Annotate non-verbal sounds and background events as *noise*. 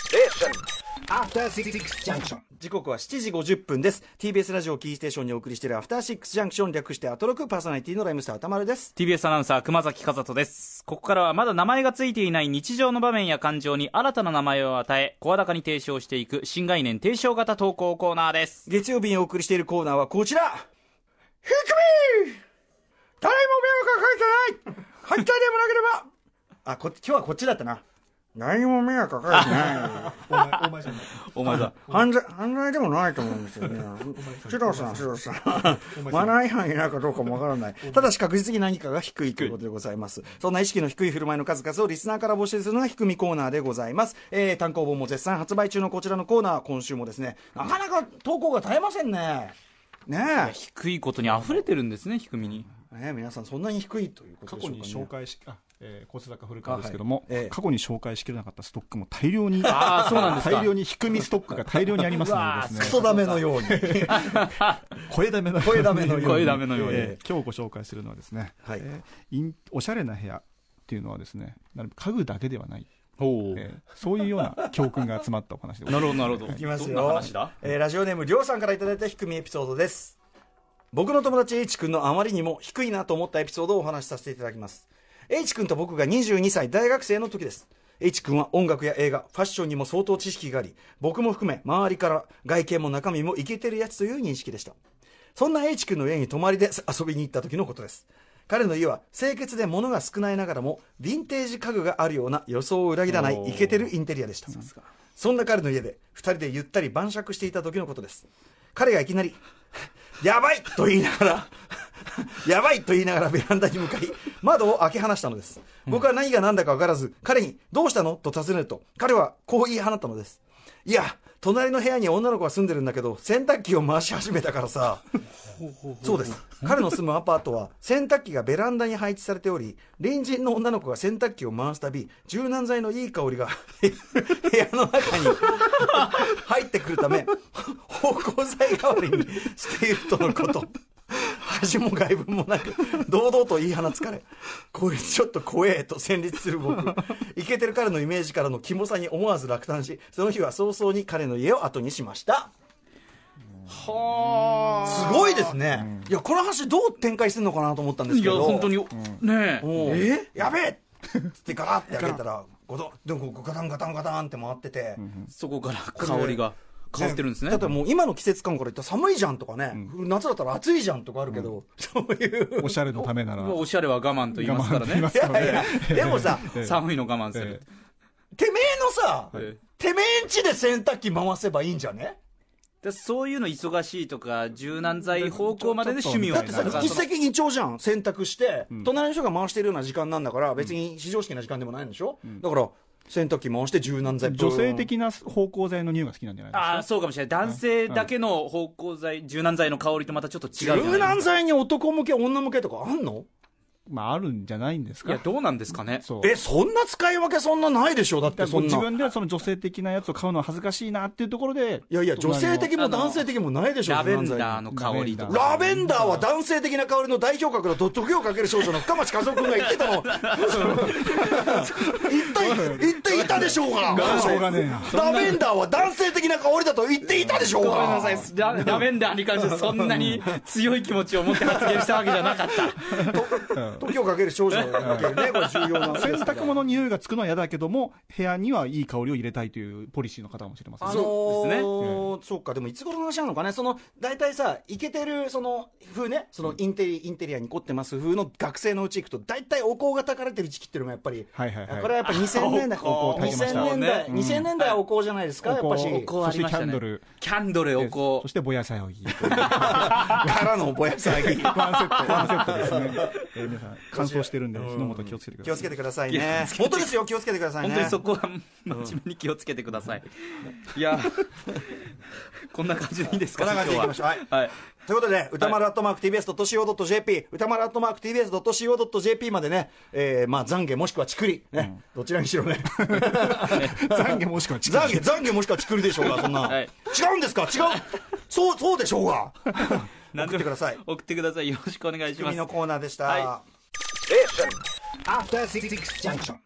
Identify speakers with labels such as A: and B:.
A: Station.
B: After Six Junction.
C: 時刻は7時50分です TBS ラジオキーステーションにお送りしているアフターシックスジャンクション略してアトロクパーソナリティのライムスター歌丸です
D: TBS アナウンサー熊崎和人ですここからはまだ名前がついていない日常の場面や感情に新たな名前を与え声高に提唱していく新概念提唱型投稿コーナーです
C: 月曜日にお送りしているコーナーはこちら低み誰も迷惑はかけてない反対でもなければあこ今日はこっちだったな何も迷惑はかけて *laughs* ない
D: お前だ
C: 犯罪犯罪でもないと思うんですよね。首藤さん、首藤さん。マナー違反になるかどうかもわからない。ただし確実に何かが低いということでございます。そんな意識の低い振る舞いの数々をリスナーから募集するのが低みコーナーでございます。えー単行本も絶賛発売中のこちらのコーナー、今週もですね、なかなか投稿が絶えませんね。ね
D: *laughs* 低いことに溢れてるんですね低みに
C: え。ねえ皆さんそんなに低いということ
E: 過
C: でしょ
E: 去
C: うか、ね
E: に、紹介し、あ、えー、小津坂古川ですけども、
C: はいええ
E: 過去に紹介しきれなかったストックも大量に、
D: あーそうなんですか
E: 大量に低みストックが大量にありますのでで
C: ク
E: すね、
C: ソダメのように。
E: 声ダメのように
C: *laughs* 声ダメのように。
D: 声ダメのように
E: えー今日ご紹介するのはですね、
C: はい
E: えーインおしゃれな部屋っていうのはですね、なるべく家具だけではない、
D: ほう
E: えーそういうような教訓が集まったお話でござ
D: ないる
E: ま
D: ほどなるほど
C: いきますよ
D: どんな話だ
C: えーラジオネームりょうさんからいただいた低みエピソードです僕の友達 H 君のあまりにも低いなと思ったエピソードをお話しさせていただきます H 君と僕が22歳大学生の時です H 君は音楽や映画ファッションにも相当知識があり僕も含め周りから外見も中身もイケてるやつという認識でしたそんな H 君の家に泊まりで遊びに行った時のことです彼の家は清潔で物が少ないながらもヴィンテージ家具があるような予想を裏切らないイケてるインテリアでしたそんな彼の家で2人でゆったり晩酌していた時のことです彼がいきなり「やばい!」 *laughs* と言いながら「やばい!」と言いながらベランダに向かい窓を開け放したのです僕は何が何だか分からず彼に「どうしたの?」と尋ねると彼はこう言い放ったのですいや隣の部屋に女の子が住んでるんだけど洗濯機を回し始めたからさそうです。彼の住むアパートは洗濯機がベランダに配置されており、隣人の女の子が洗濯機を回すたび、柔軟剤のいい香りが *laughs* 部屋の中に入ってくるため、芳香剤代わりにしているとのこと。恥も外聞もなく、堂々と言い放つ彼。こいつちょっと怖えと戦慄する僕。イケてる彼のイメージからのキモさに思わず落胆し、その日は早々に彼の家を後にしました。すごいですね、いやこの話どう展開してんのかなと思ったんです
D: い
C: け
D: や
C: ど
D: 本当に、ねえ
C: おうえやべえっつってガラッて開けたらゴドでもこうガタンガタンガタンって回ってて、
D: そこから香りが変わってるんですね
C: だってもう今の季節感から言ったら寒いじゃんとかね、夏だったら暑いじゃんとかあるけど、そういう
E: す。おしゃれのためなら、
D: まあおしゃれは我慢と *laughs* 言いますから
E: 我慢と言い
D: ね
E: ますから
C: いやいやでもさ
D: *laughs*
E: ええ
D: 寒いの我慢する
E: え、
C: てめえのさ、
D: ええ
C: てめえんちで洗濯機回せばいいんじゃね
D: でそういうの忙しいとか柔軟剤方向までで趣味を
C: だってさ
D: だから
C: 一石二鳥じゃん洗濯して、隣の人が回してるような時間なんだから別に非常識な時間でもないんでしょ、だから洗濯機回して柔軟剤
E: 女性的な芳香剤の匂いが好きなんじゃないですか。
D: ああそうかもしれない男性だけの芳香剤柔軟剤の香りとまたちょっと違うじゃない
C: 柔軟剤に男向け女向けとかあんの
E: まあ、あるんじゃないんです
D: いや
E: か。
D: どうなんですかね
E: そう。
C: えそんな使い分けそんなないでしょだって
E: だからこ
C: そ
E: うん自
C: な
E: 分ではその女性的なやつを買うのは恥ずかしいなっていうところで、
C: いやいや女性的も
D: あの
C: 男性的もないでしょ
D: ラベ
C: 柔
D: ン
C: 軟剤
D: ダーの香りとか
C: ラベンダーは男性的な香りの代表格だと時をかける少女の深町和夫君が言ってたの言って言っていたでしょうが
E: しょうがねえな
C: ラベンダーは男性的な香りだと言っていたでしょう
D: ごめん
C: が
D: なさいララベンダーに関してそんなに強い気持ちを持って発言したわけじゃなかった
C: 時をかける少女が言ってるねこれ重要な
E: 洗濯物の匂いがつくのは嫌だけども、部屋にはいい香りを入れたいというポリシーの方かもしれません
C: あ
E: ね。
C: の
D: そうですね
C: ーそうか、でもいつ頃の話なのかね、その大体さ、イケてるその風ね、そのインテリインテリアに凝ってます風の学生のうち行くと、大体お香がたかれてる時期っていうのがやっぱり、
E: はいはいはい
C: これはやっぱ2000年代、
D: あお香
E: 焚きました
C: 2000年代、
D: ね
C: 2000年代はお香じゃないですか、やっぱし、
E: お香
D: こうありまし
E: そしてキ
D: た
E: ャ
D: ね
E: ンドル
D: キャンドルお
E: そ
D: 香
E: して、ぼやさよぎ。
C: からのぼやさぎ、
E: ワンセット、ワンセットですね。
C: *laughs*
E: えー皆さん、乾燥してるんで、火の元気をつけてください。
C: 気をつけてください
D: いや
C: ね、本当ですよ、気をつけてください
D: 本
C: ね。
D: 当にそこは真面目に気をつけてください、いや *laughs* こんな感じでいいですか
C: こんな感じでいきましょう
D: 今日ははい
C: ということで、歌丸アットマーク TBS.CO.JP、歌丸アットマーク TBS.CO.JP までね、えーまあ、懺悔もしくはちくり、ね、どちらにしろね。
E: 懺悔もしくはチキン
C: 懺悔懺悔もしくはちくりでしょうがそんな、
D: はい
C: 違うんですか違うそうそうでしょう
D: *laughs*
C: が送ってください
D: 送ってくださいよろしくお願いしま
C: 君
D: す
C: のコーナーでした、
D: は
A: Station.
B: After Six Junction.